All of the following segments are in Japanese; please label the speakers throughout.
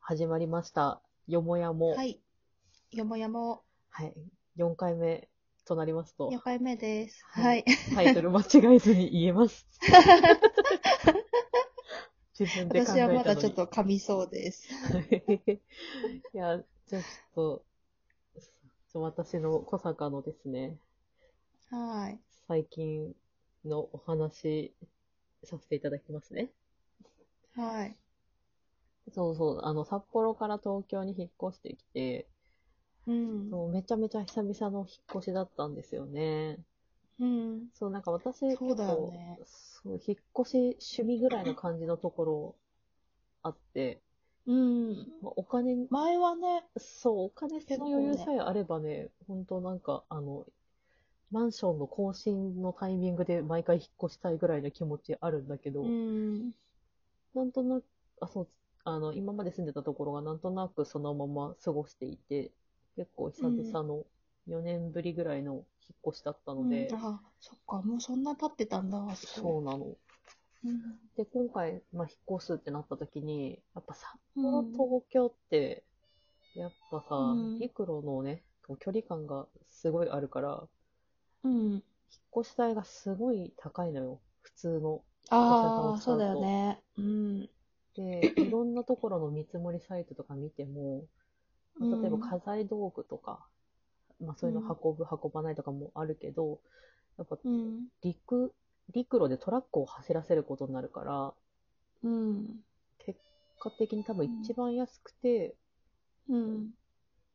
Speaker 1: 始まりました。よもやも。
Speaker 2: はい。よもやも
Speaker 1: はい。4回目となりますと
Speaker 2: 4、回目です。
Speaker 1: は
Speaker 2: はいい。
Speaker 1: タイトル間 違えずに言え ます。自分で考え
Speaker 2: 私
Speaker 1: た
Speaker 2: は
Speaker 1: のに。
Speaker 2: まだちょっと噛みそうです。
Speaker 1: はい。 いや、じゃあちょっと、ちょっと私の小坂のですね、
Speaker 2: はい。
Speaker 1: 最近のお話させていただきますね。
Speaker 2: はい。
Speaker 1: そうそう、あの、札幌から東京に引っ越してきて、
Speaker 2: うん。
Speaker 1: そうめちゃめちゃ久々の引っ越しだったんですよね。
Speaker 2: うん。
Speaker 1: そう、なんか私、
Speaker 2: そうだよね
Speaker 1: 結構そう、引っ越し趣味ぐらいの感じのところあって、
Speaker 2: うん。
Speaker 1: まあ、お金、
Speaker 2: 前はね、
Speaker 1: そう、お金そ
Speaker 2: 結
Speaker 1: の
Speaker 2: 構ね
Speaker 1: 余裕さえあればね、本当なんか、あの、マンションの更新のタイミングで毎回引っ越したいぐらいの気持ちあるんだけど、
Speaker 2: うん。
Speaker 1: なんとなく、あ、そう、あの、今まで住んでたところがなんとなくそのまま過ごしていて、結構久々の4年ぶりぐらいの引っ越しだったので、
Speaker 2: あ、そっか、もうそんな経ってたんだ。
Speaker 1: そうなの。
Speaker 2: う。うん。
Speaker 1: で、今回、まあ、引っ越すってなった時に、やっぱ札
Speaker 2: う
Speaker 1: 幌、
Speaker 2: ん
Speaker 1: 東京って、やっぱさ、
Speaker 2: うん
Speaker 1: 陸路のね、こう距離感がすごいあるから、
Speaker 2: うん。
Speaker 1: 引っ越し代がすごい高いのよ、普通の。
Speaker 2: ああ、そうだよね。うん。
Speaker 1: で、いろんなところの見積もりサイトとか見ても、まあ例えば家財道具とか、まあそういうの運ぶ、運ばないとかもあるけど、やっぱ
Speaker 2: うん。
Speaker 1: 陸、陸路でトラックを走らせることになるから、
Speaker 2: うん。
Speaker 1: 結果的に多分
Speaker 2: うん
Speaker 1: 一番安くて、
Speaker 2: うん。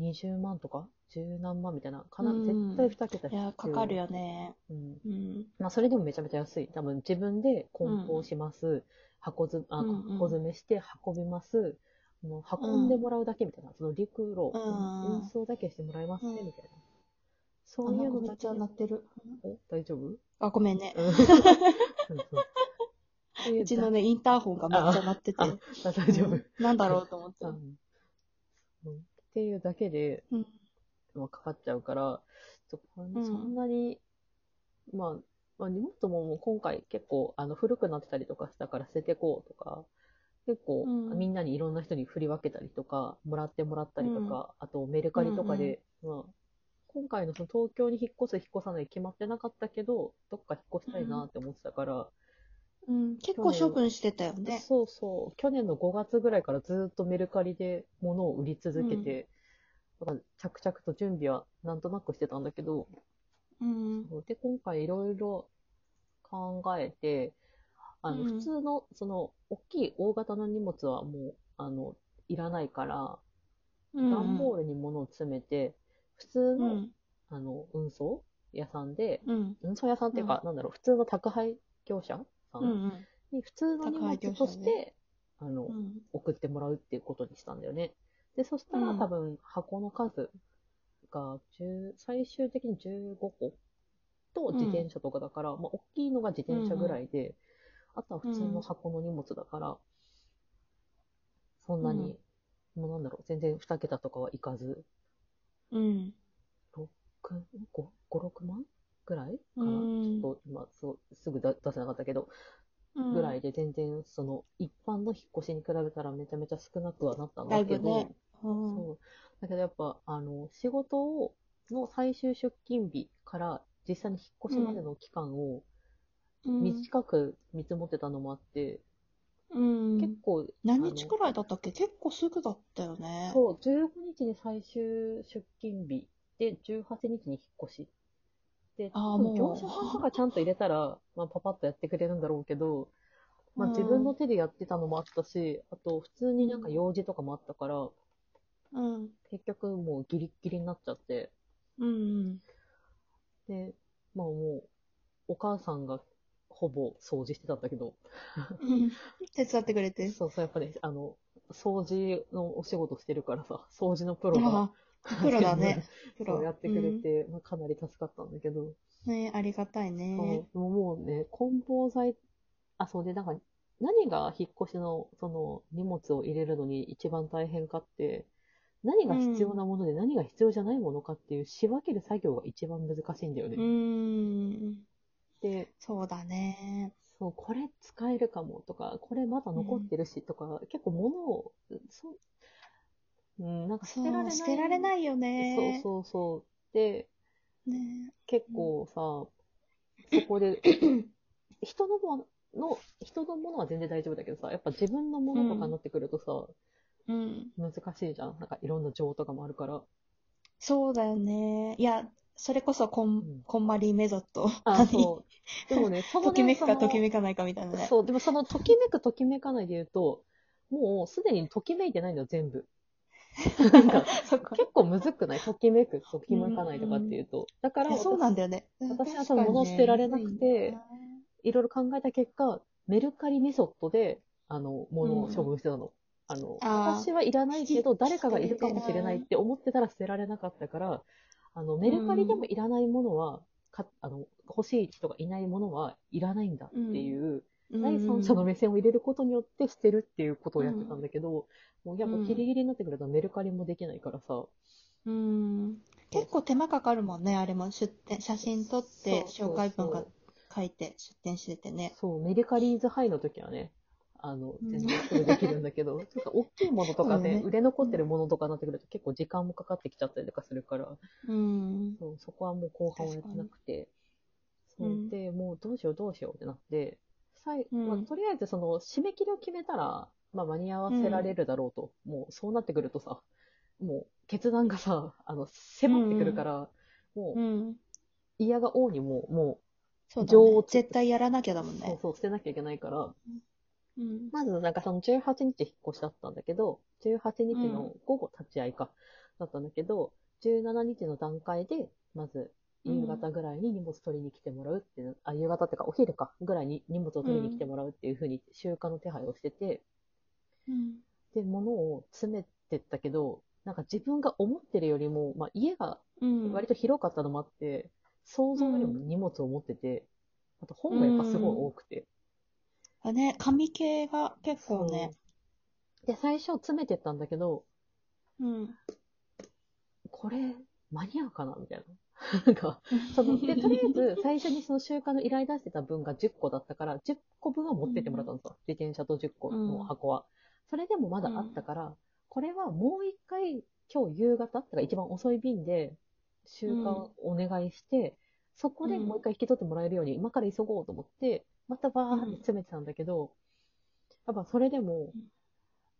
Speaker 1: 20万とか10何万みたいな、かな
Speaker 2: うん
Speaker 1: 絶対2桁
Speaker 2: いや、かかるよね。
Speaker 1: うん
Speaker 2: うん。
Speaker 1: まあ、それでもめちゃめちゃ安い。多分自分で梱包します。箱詰あ
Speaker 2: うんうん
Speaker 1: 箱詰めして運びます。もう運んでもらうだけみたいな。その陸路、
Speaker 2: うん
Speaker 1: 運送だけしてもらえますね、
Speaker 2: うん
Speaker 1: みたいな。
Speaker 2: あ、
Speaker 1: そうい
Speaker 2: な
Speaker 1: うん
Speaker 2: か
Speaker 1: の
Speaker 2: め
Speaker 1: だ
Speaker 2: っ
Speaker 1: け
Speaker 2: ちゃ鳴ってる。
Speaker 1: お大 丈夫
Speaker 2: あ、ごめんね。
Speaker 1: うんそうそうそういう
Speaker 2: うちのね、インターホンがめっちゃ鳴ってて
Speaker 1: あ。あ大丈夫。
Speaker 2: うんなんだろうと思って
Speaker 1: う。んうんっていうだけで、
Speaker 2: うん。
Speaker 1: まあ、かかっちゃうから、ちょこん
Speaker 2: うん
Speaker 1: そんなに、まあ、まあ、荷物ももう今回結構あの古くなってたりとかしたから捨ててこうとか、結構
Speaker 2: うん
Speaker 1: みんなにいろんな人に振り分けたりとか、もらってもらったりとか、あとメルカリとかで、まあ、今回のその東京に引っ越す、引っ越さない決まってなかったけど、どっか引っ越したいなって思ってたから、
Speaker 2: うん、結構処分してたよ
Speaker 1: で
Speaker 2: ね。
Speaker 1: そうそう、去年の5月ぐらいからずっとメルカリで物を売り続けて、だから着々と準備はなんとなくしてたんだけど、
Speaker 2: うん。
Speaker 1: で、今回いろいろ考えて、あの、
Speaker 2: うん
Speaker 1: 普通の、その、大きい大型の荷物はもう、あの、いらないから、
Speaker 2: う
Speaker 1: 段
Speaker 2: ん。
Speaker 1: ボールに物を詰めて、普通
Speaker 2: う
Speaker 1: の、
Speaker 2: ん。
Speaker 1: あの、運送屋さんで、
Speaker 2: うん。
Speaker 1: 運送屋さんっていうか、なんだろう、普通の宅配業者さ
Speaker 2: うんん。
Speaker 1: に、普通の荷物
Speaker 2: 宅配業者ね
Speaker 1: として、あの、
Speaker 2: うん。
Speaker 1: 送ってもらうっていうことにしたんだよね。で、そしたら
Speaker 2: うん
Speaker 1: 多分箱の数が10最終的に15個と
Speaker 2: うん
Speaker 1: 自転車とかだから、まあ大きいのが自転車ぐらいで、あとは普通の箱の荷物だから、そんなに、もうなんだろう、全然2桁とかはいかず、
Speaker 2: うん。
Speaker 1: 5、5 6万ぐらいかな。
Speaker 2: うん
Speaker 1: ちょっと今すごすぐだ出せなかったけど、ぐらいで全然その一般の引っ越しに比べたらめちゃめちゃ少なくはなったんだけ
Speaker 2: だいぶ
Speaker 1: ど、
Speaker 2: ねうん。
Speaker 1: そう。だけどやっぱ、あの、仕事を、の最終出勤日から実際に引っ越しまでの期間を
Speaker 2: うん。
Speaker 1: 短く見積もってたのもあって、
Speaker 2: うん
Speaker 1: 結構、
Speaker 2: 何日くらいだったっけ結構すぐだったよね。
Speaker 1: そう、15日に最終出勤日で、18日に引っ越し。で、
Speaker 2: あー
Speaker 1: 多分
Speaker 2: もう
Speaker 1: 業者さんとかちゃんと入れたら、まあ、パパッとやってくれるんだろうけど、まあ、
Speaker 2: うん
Speaker 1: 自分の手でやってたのもあったし、あと、普通になんか用事とかもあったから、
Speaker 2: う。うん。
Speaker 1: 結局もうギリッギリになっちゃって、
Speaker 2: うん。
Speaker 1: で、まあもう、お母さんがほぼ掃除してたんだけど、
Speaker 2: うん。手伝ってくれて。
Speaker 1: そうそう、やっぱね、あの、掃除のお仕事してるからさ、掃除のプロが、
Speaker 2: ああ、プロだね。プ
Speaker 1: そ
Speaker 2: ロ。
Speaker 1: うやってくれて、まあ、かなり助かったんだけど、
Speaker 2: うん。ねありがたい
Speaker 1: そう
Speaker 2: ね。
Speaker 1: でももうね、梱包材、あ、そうで、なんか、何が引っ越しの、その、荷物を入れるのに一番大変かって、何が必要なもので何が必要じゃないものかっていう仕分ける作業が一番難しいんだよね。
Speaker 2: うん。
Speaker 1: で、
Speaker 2: そうだね。
Speaker 1: そう、これ使えるかもとか、これまだ残ってるしとか、結構物を、そうん、なんか捨
Speaker 2: そ
Speaker 1: てられな
Speaker 2: う、
Speaker 1: い。
Speaker 2: 捨てられないよね。
Speaker 1: そうそうそう。で、
Speaker 2: ね
Speaker 1: 結構さ、そこ で、人のもの、人のものは全然大丈夫だけどさ、やっぱ自分のものとかになってくるとさ、
Speaker 2: うん。
Speaker 1: 難しいじゃん。なんかいろんな情とかもあるから。
Speaker 2: そうだよね。いや、それこそこん、
Speaker 1: うん
Speaker 2: こんまりメソッド。
Speaker 1: あ、そう。でもね、そのね
Speaker 2: ときめく
Speaker 1: そ
Speaker 2: か
Speaker 1: の
Speaker 2: ときめかないかみたいなね。
Speaker 1: そう、でもそのときめくときめかないで言うと、もうすでにときめいてないのよ、全 部。なんか、
Speaker 2: そっか。
Speaker 1: 結構むずくないときめく、ときめかないとかっていうと。だから
Speaker 2: いやそうなん
Speaker 1: 私、
Speaker 2: だよね。
Speaker 1: 私は
Speaker 2: そ
Speaker 1: そ
Speaker 2: の
Speaker 1: の物捨てられなくて、いろいろ考えた結果、メルカリメソッドで、あの、物を処分してたの。あの、
Speaker 2: あー
Speaker 1: 私はいらないけど、
Speaker 2: ひ
Speaker 1: 誰かがいるかもしれないって思ってたら捨てられなかったから、あの、メルカリでもいらないものは、かあの欲しい人がいないものはいらないんだっていう、第三者の目線を入れることによって捨てるっていうことをやってたんだけど、もうやっぱギリギリになってくるとメルカリもできないからさ、
Speaker 2: うん。結構手間かかるもんね、あれも出店、写真撮って、
Speaker 1: そう
Speaker 2: 紹介文が
Speaker 1: そう
Speaker 2: 書いて、出店しててね。
Speaker 1: そうメルカリーズハイの時はね、あの、
Speaker 2: うん
Speaker 1: 全然それできるんだけど、 ちょっと大きいものとか
Speaker 2: そうだ
Speaker 1: で、
Speaker 2: ね
Speaker 1: 売れ残ってるものとかになってくると結構時間もかかってきちゃったりとかするから、
Speaker 2: うん。
Speaker 1: そうそこはもう後半はやってなくて、
Speaker 2: 確か
Speaker 1: そ
Speaker 2: に
Speaker 1: うで、もうどうしようどうしようってなって、さい
Speaker 2: うん
Speaker 1: まあ、とりあえずその締め切りを決めたら、まあ、間に合わせられるだろうと、もうそうなってくるとさ、もう決断がさ、あの迫ってくるから、も
Speaker 2: う。
Speaker 1: うん嫌が王にも、も
Speaker 2: そうだ
Speaker 1: 情を
Speaker 2: ね
Speaker 1: つ。けて
Speaker 2: 絶対やらなきゃだも
Speaker 1: う、
Speaker 2: ん
Speaker 1: そう
Speaker 2: ね。
Speaker 1: そう捨てなきゃいけないから、
Speaker 2: うん。
Speaker 1: まずなんかその18日引っ越しだったんだけど、18日の午後立ち会いか、だったんだけど、17日の段階で、まず夕方ぐらいに荷物取りに来てもらうっていう、あ、夕方ってかお昼かぐらいに荷物を取りに来てもらうっていうふうに習慣の手配をしてて、
Speaker 2: うん。
Speaker 1: で、物を詰めてったけど、なんか自分が思ってるよりも、まあ家が
Speaker 2: うん。
Speaker 1: 割と広かったのもあって、想像よりも荷物を持ってて、あと本がやっぱすごい多くて、
Speaker 2: あね、紙系が結構ね。
Speaker 1: で、最初詰めてったんだけど、
Speaker 2: うん。
Speaker 1: これ、間に合うかなみたいな。なんか、その、で、とりあえず、最初にその習慣の依頼出してた分が10個だったから、10個分は持ってってもらったんですよ。自転車と10個の箱は。それでもまだあったから、これはもう一回、今日夕方、だから一番遅い便で、習慣をお願いして、そこでもう一回引き取ってもらえるように、今から急ごうと思って、またバーって詰めてたんだけど、やっぱそれでも
Speaker 2: うん、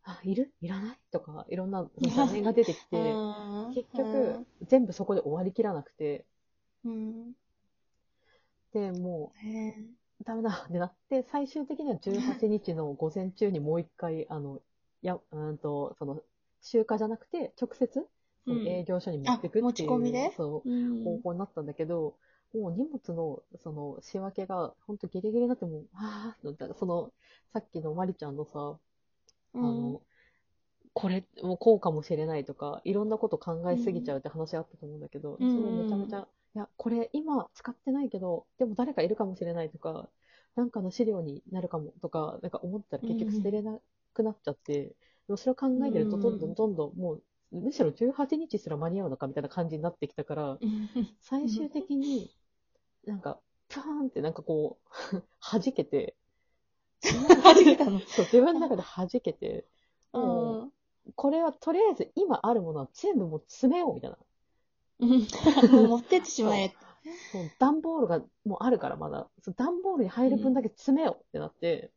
Speaker 1: あ、いるいらないとか、いろんなその画面が出てきて、
Speaker 2: うん
Speaker 1: 結局、、全部そこで終わりきらなくて、
Speaker 2: うん。
Speaker 1: で、も
Speaker 2: ね
Speaker 1: う、ダメだってなって、最終的には18日の午前中にもう一回、あの、や、うーんと、その、集荷じゃなくて、直接、そ
Speaker 2: うん
Speaker 1: の営業所に持ってくっていう、
Speaker 2: あ持ち込みで
Speaker 1: そうう、
Speaker 2: ん
Speaker 1: 方法になったんだけど、もう荷物の、その、仕分けが、ほんとギリギリになってもう、あーってなったその、さっきのまりちゃんのさ、あ
Speaker 2: うん
Speaker 1: の、これ、もうこうかもしれないとか、いろんなこと考えすぎちゃうって話あったと思うんだけど、
Speaker 2: うん
Speaker 1: それめちゃめちゃ、いや、これ今使ってないけど、でも誰かいるかもしれないとか、なんかの資料になるかもとか、なんか思ったら結局捨てれなくなっちゃって、でもそれを考えてるとどんどんどんどんもう、むしろ18日すら間に合うのかみたいな感じになってきたから、最終的に、なんか、パーンってなんかこう、 弾けて、
Speaker 2: 初めての。
Speaker 1: そう自分の中で弾けて、もう
Speaker 2: うん
Speaker 1: これはとりあえず今あるものは全部もう詰めようみたいな。
Speaker 2: うんもう 持ってってしまえ。
Speaker 1: もう段ボールがもうあるからまだ、その段ボールに入る分だけ詰めようってなって、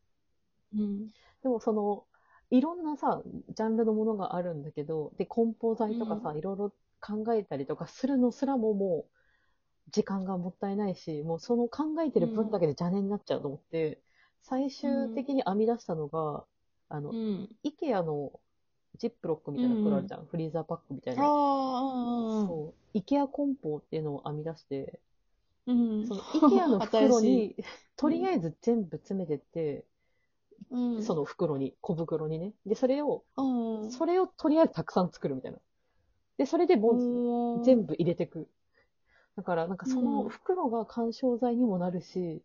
Speaker 2: うん。
Speaker 1: でもその、いろんなさ、ジャンルのものがあるんだけど、で、梱包材とかさ、
Speaker 2: う
Speaker 1: いろいろ考えたりとかするのすらももう、時間がもったいないし、もうその考えてる分だけで邪念になっちゃうと思って、最終的に編み出したのが、あの
Speaker 2: う、ん。
Speaker 1: IKEA のジップロックみたいな袋あるじゃん、フリーザーパックみたいな。
Speaker 2: ああ、
Speaker 1: そう、IKEA 梱包っていうのを編み出して、
Speaker 2: うん。うん
Speaker 1: その IKEA の袋
Speaker 2: 新しい
Speaker 1: に、とりあえず全部詰めてって、
Speaker 2: うん。
Speaker 1: その袋に、小袋にね。で、それを、
Speaker 2: うん。
Speaker 1: それをとりあえずたくさん作るみたいな。で、それでも
Speaker 2: お
Speaker 1: う
Speaker 2: ー
Speaker 1: 全部入れてく。だから、なんかそ
Speaker 2: うん
Speaker 1: の袋が緩衝材にもなるし、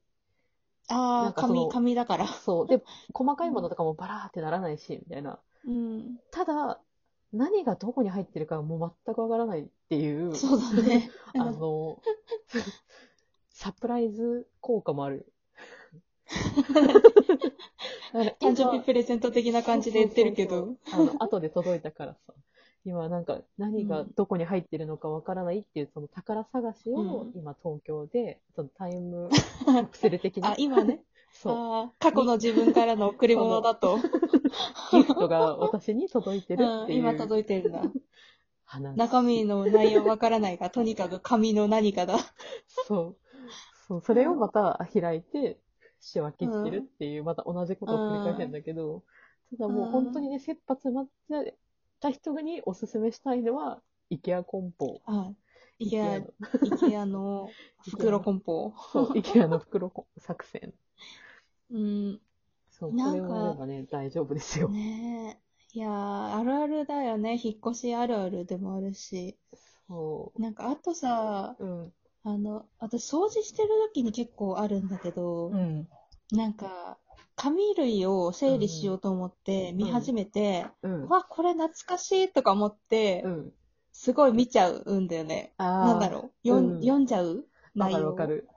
Speaker 2: あ
Speaker 1: な
Speaker 2: あ、
Speaker 1: んかその
Speaker 2: 紙、紙だから。
Speaker 1: そう。で、細かいものとかもバラーってならないし、みたいな。
Speaker 2: うん。
Speaker 1: ただ、何がどこに入ってるかはもう全くわからないっていう。
Speaker 2: そうだ ね。
Speaker 1: あの、サプライズ効果もある。 だから
Speaker 2: 誕生日プレゼント的な感じで言ってるけど。
Speaker 1: 今あの、後で届いたからさ。今なんか何がどこに入ってるのかわからないっていうその宝探しを
Speaker 2: うん
Speaker 1: 今東京でそのタイ ムカプセル的な
Speaker 2: あ今ね
Speaker 1: そう
Speaker 2: あー過去の自分からの贈り物だ と。
Speaker 1: ギフトが私に届いてるっ
Speaker 2: う
Speaker 1: て
Speaker 2: ん、
Speaker 1: い
Speaker 2: 今
Speaker 1: う
Speaker 2: 届いてるんだ。
Speaker 1: 話
Speaker 2: 中身の内容わからないが、とにかく紙の何かだ。
Speaker 1: そうそうそれをまた開いて仕分けしてるっていうまた同じことを繰り返してるんだけどただもう本当にね切羽詰まってた人におすすめしたいのは IKEA コンポ
Speaker 2: はい
Speaker 1: IKEA
Speaker 2: いや、
Speaker 1: の
Speaker 2: IKEA の袋梱包。
Speaker 1: そう、IKEA の袋作戦。
Speaker 2: うん、
Speaker 1: そう、
Speaker 2: な
Speaker 1: こ
Speaker 2: ん
Speaker 1: れ
Speaker 2: か
Speaker 1: をやればね、大丈夫ですよ。
Speaker 2: ねえ。いやー、あるあるだよね。引っ越しあるあるでもあるし。
Speaker 1: そ
Speaker 2: なんか、あとさ、
Speaker 1: う。うん。
Speaker 2: あの、私掃除してる時に結構あるんだけど、
Speaker 1: ん。
Speaker 2: なんか、紙類を整理しようと思って見始めて、
Speaker 1: うん。
Speaker 2: わ、これ懐かしいとか思って
Speaker 1: う、ん。
Speaker 2: すごい見ちゃうんだよね。
Speaker 1: あ
Speaker 2: なんだ
Speaker 1: う。
Speaker 2: ろう、読ん
Speaker 1: うん
Speaker 2: 読んじゃう
Speaker 1: わ
Speaker 2: 内
Speaker 1: かる
Speaker 2: 容
Speaker 1: わかる。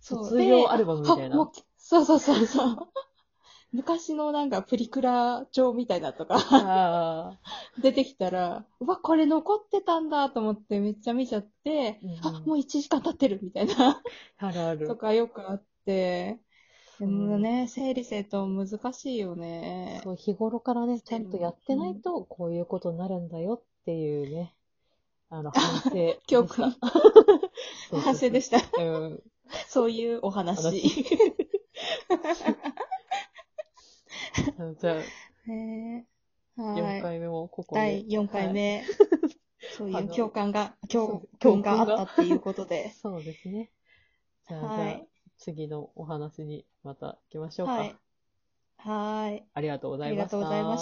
Speaker 2: そう
Speaker 1: 卒業アルバムみたい
Speaker 2: であもう
Speaker 1: な。
Speaker 2: そうそうそうそう。 昔のなんかプリクラ帳みたいなとか
Speaker 1: あ
Speaker 2: 出てきたら、うわ、これ残ってたんだと思ってめっちゃ見ちゃって、
Speaker 1: うんうん
Speaker 2: あ、もう1時間経ってるみたいな
Speaker 1: あ。あるある
Speaker 2: と。かよくあって、でも
Speaker 1: うん
Speaker 2: ね、整理整頓難しいよね。
Speaker 1: そう日頃からね、ちゃんとやってないと、こういうことになるんだよっていうね、あ の、反省でした。
Speaker 2: 教訓
Speaker 1: そうそうそう
Speaker 2: 反省でした。
Speaker 1: うん。
Speaker 2: そういうお話。
Speaker 1: じゃあ、
Speaker 2: ねは
Speaker 1: 4
Speaker 2: い。
Speaker 1: 回目もここ
Speaker 2: 第
Speaker 1: で。
Speaker 2: 4回目、そう
Speaker 1: あ
Speaker 2: いう
Speaker 1: の
Speaker 2: 共感が、共
Speaker 1: そうです共
Speaker 2: 感があ
Speaker 1: 感が。
Speaker 2: ったっていうことで
Speaker 1: そうですね。じゃあ、
Speaker 2: は
Speaker 1: じゃあ
Speaker 2: い。
Speaker 1: 次のお話にまた行きましょうか。
Speaker 2: はい。はい。
Speaker 1: ありがとうござ
Speaker 2: あ
Speaker 1: い
Speaker 2: りが
Speaker 1: まし
Speaker 2: とうござい
Speaker 1: た
Speaker 2: まし。た。